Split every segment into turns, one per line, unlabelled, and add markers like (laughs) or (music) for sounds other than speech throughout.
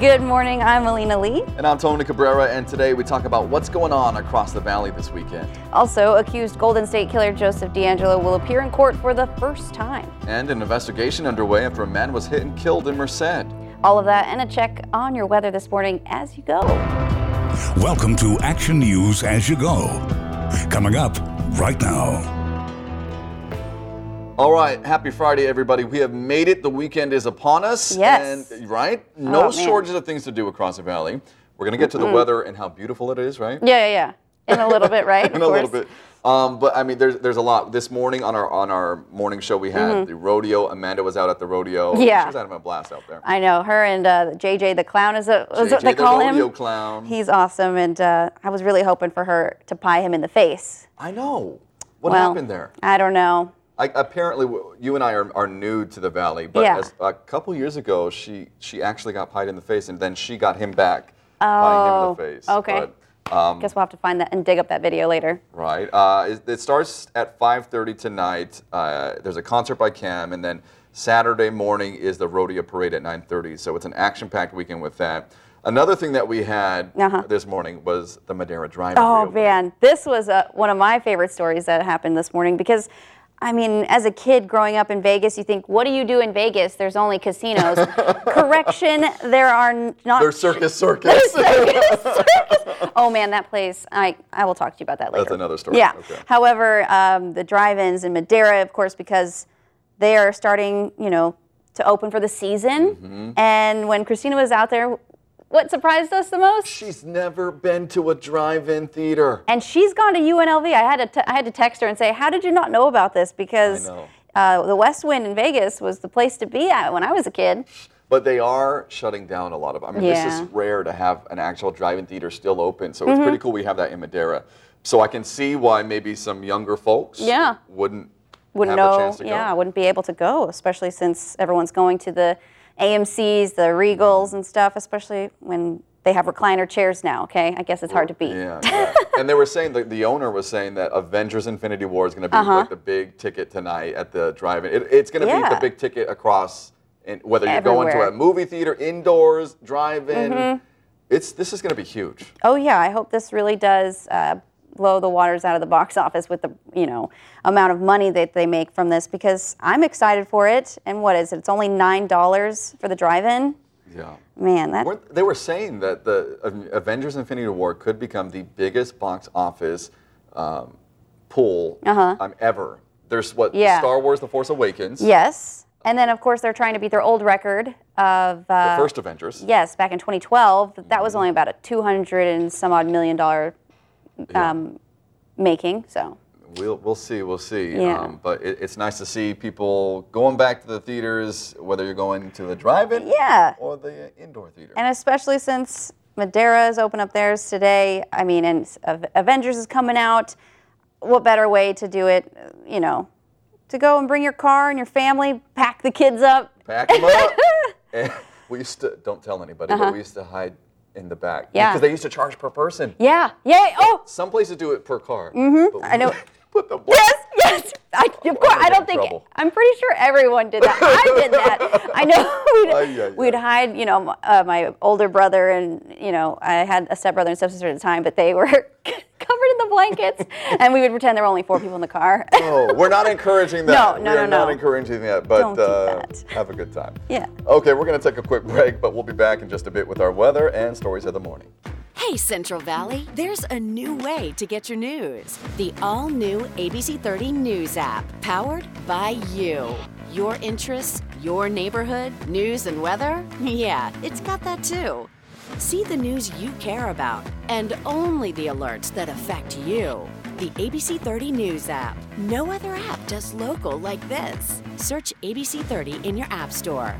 Good morning, I'm Alina Lee.
And I'm Tony Cabrera, and today we talk about what's going on across the valley this weekend.
Also, accused Golden State killer Joseph D'Angelo will appear in court for the first time.
And an investigation underway after a man was hit and killed in Merced.
All of that and a check on your weather this morning as you go.
Welcome to Action News as you go. Coming up right now.
All right, happy Friday, everybody. We have made it. The weekend is upon us.
Yes.
And, right? No
Oh, man.
shortage of things to do across the valley. We're going to get to the weather and how beautiful it is, right?
Yeah, yeah, yeah. In a little bit, right?
(laughs) in
Of
a little
course.
bit. Um, but I mean, there's there's a lot. This morning on our on our morning show, we had the rodeo. Amanda was out at the rodeo.
Mm-hmm. Yeah.
she was having a blast out there.
I know her and uh, JJ the clown is it is
JJ
what they
the
call
rodeo
him.
clown.
He's awesome, and uh, I was really hoping for her to pie him in the face.
I know. What
well,
happened there?
I don't know.
I, apparently, w- you and I are, are new to the valley, but
Yeah.
as, a couple years ago, she she actually got pied in the face, and then she got him back
Oh,
pieing him in the face.
okay.
But, um,
Guess we'll have to find that and dig up that video later.
right. Uh, it, it starts at 5:30 tonight. Uh, there's a concert by Cam, and then Saturday morning is the rodeo parade at 9:30. So it's an action-packed weekend with that. Another thing that we had
Uh-huh.
this morning was the Madeira Drive.
Oh
reopening.
man, this was uh, one of my favorite stories that happened this morning because. I mean, as a kid growing up in Vegas, you think, what do you do in Vegas? There's only casinos.
(laughs)
Correction, there are n- not. (laughs)
Their circus, (laughs) circus.
Oh man, that place. I, I will talk to you about that later.
another story.
Yeah.
Okay.
However, um, the drive-ins in Madeira, of course, because they are starting, you know, to open for the season.
Mm-hmm.
And when Christina was out there, what surprised us the most?
She's never been to a drive-in theater.
And she's gone to UNLV. I had to t- I had to text her and say, how did you not know about this? Because
know.
uh, the West Wind in Vegas was the place to be at when I was a kid.
But they are shutting down a lot of. I mean, this
Yeah. Mm-hmm.
is rare to have an actual drive-in theater still open, so it's pretty cool we have that in Madeira. So I can see why maybe some younger folks
Yeah.
wouldn't
wouldn't
have
know.
a chance to
yeah,
go.
wouldn't be able to go, especially since everyone's going to the AMC's, the Regals, and stuff. Especially when they have recliner chairs now. Okay, I guess it's hard to beat. (laughs)
Yeah, yeah. and they were saying that the owner was saying that Avengers: Infinity War is going to be
Uh-huh.
like the big ticket tonight at the drive-in. It, it's going to be
Yeah.
the big ticket across, and whether you're going to
Everywhere. Mm-hmm.
a movie theater, indoors, drive-in. It's this is going to be huge.
Oh yeah, I hope this really does uh, blow the waters out of the box office with the you know amount of money that they make from this because I'm excited for it. And what is it? It's only nine dollars for the drive-in.
Yeah.
Man, that
Weren't, they were saying that the Av- Avengers: Infinity War could become the biggest box office um, pull um, ever. There's what
Uh-huh. Yeah.
Star Wars: The Force Awakens,
yes. And then of course they're trying to beat their old record of uh,
the first Avengers.
Yes, back in 2012, th- that was only about a 200 and some odd million dollar um, making. So
We'll we'll see, we'll see. Um,
Yeah.
but it, it's nice to see people going back to the theaters, whether you're going to the drive-in
yeah,
or the indoor theater.
and especially since Madeira is open up theirs today. I mean, and s- Av- Avengers is coming out. What better way to do it? uh, You know, to go and bring your car and your family, pack the kids up.
Pack
(laughs)
'em up. And we used to don't tell anybody, but we used to hide in the back
Uh-huh. Yeah.
because they used to charge per person.
Yeah, yay! Oh,
Some places do it per car. Mm-hmm.
I know.
Put the
Yes, yes. I, of course, I
I'm Oh, in
don't think.
trouble.
I'm pretty sure everyone did that. I did that. I know. (laughs) We'd,
Ay, ay,
we'd
ay.
hide. You know, m- uh, my older brother and you know, I had a stepbrother and stepsister at the time, but they were (laughs) covered in the blankets, and we would pretend there were only four people in the car.
No, Oh, we're not encouraging
No,
that.
no,
we
no,
are
no.
not encouraging that, but
Don't do
uh,
that.
have a good time.
Yeah.
Okay, we're going to take a quick break, but we'll be back in just a bit with our weather and stories of the morning.
Hey, Central Valley, there's a new way to get your news. The all new ABC 30 News app, powered by you. Your interests, your neighborhood, news and weather? Yeah, it's got that too. See the news you care about and only the alerts that affect you. The ABC 30 News app. No other app does local like this. Search ABC 30 in your App Store.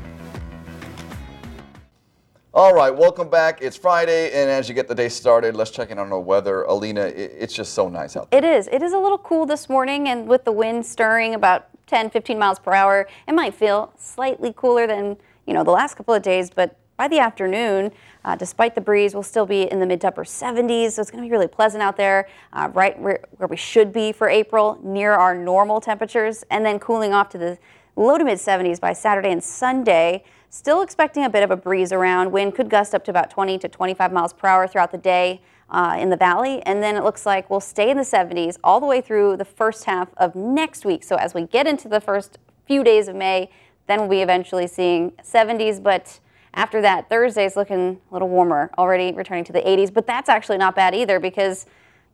All right, welcome back. It's Friday, and as you get the day started, let's check in on our weather. Alina, i it's just so nice out there.
It is. It is a little cool this morning, and with the wind stirring about 10, 15 miles per hour, it might feel slightly cooler than you know the last couple of days. But by the afternoon, uh, despite the breeze, we'll still be in the mid to upper 70s, so it's going to be really pleasant out there, uh, right where, where we should be for April, near our normal temperatures, and then cooling off to the low to mid 70s by Saturday and Sunday. Still expecting a bit of a breeze around. Wind could gust up to about 20 to 25 miles per hour throughout the day uh, in the valley. And then it looks like we'll stay in the 70s all the way through the first half of next week. So as we get into the first few days of May, then we'll be eventually seeing 70s. But after that, Thursday's looking a little warmer, already returning to the 80s. But that's actually not bad either because,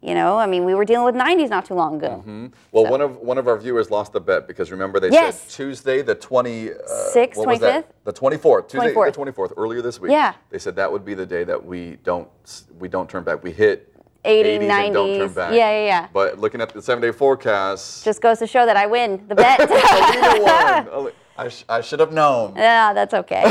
you know, I mean, we were dealing with 90s not too long ago.
Well, one of one of our viewers lost the bet because remember they
Yes.
said Tuesday the 20 uh,
Sixth,
what was that?
25th?
The 24th, Tuesday
24th.
the 24th earlier this week.
Yeah.
They said that would be the day that we don't s- we don't turn back. We hit
80s,
80s and don't turn
90s.
back.
Yeah, yeah, yeah.
But looking at the 7-day forecast, Oh,
Just goes to show that I win the bet. (laughs)
Alina won. Ali- I, sh- I should have known.
yeah, that's okay.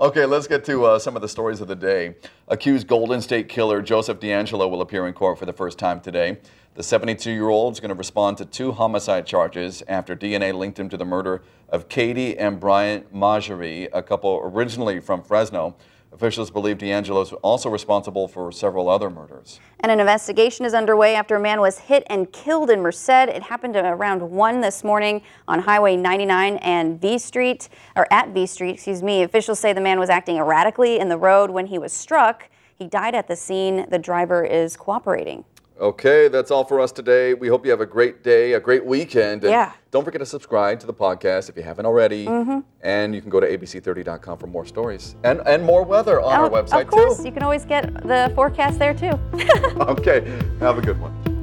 Okay, let's get to uh, some of the stories of the day. Accused Golden State killer Joseph D'Angelo will appear in court for the first time today. The 72 year old is going to respond to two homicide charges after DNA linked him to the murder of Katie and Brian Majerie, a couple originally from Fresno. Officials believe D'Angelo is also responsible for several other murders.
And an investigation is underway after a man was hit and killed in Merced. It happened around 1 this morning on Highway 99 and V Street, or at V Street, excuse me. Officials say the man was acting erratically in the road when he was struck. He died at the scene. The driver is cooperating.
Okay, that's all for us today. We hope you have a great day, a great weekend. and
Yeah. Mm-hmm.
Don't forget to subscribe to the podcast if you haven't already. And you can go to abc30.com for more stories and, and more weather on our
Oh,
website (laughs)
of course,
too.
you can always get the forecast there too.
Okay, have a good one.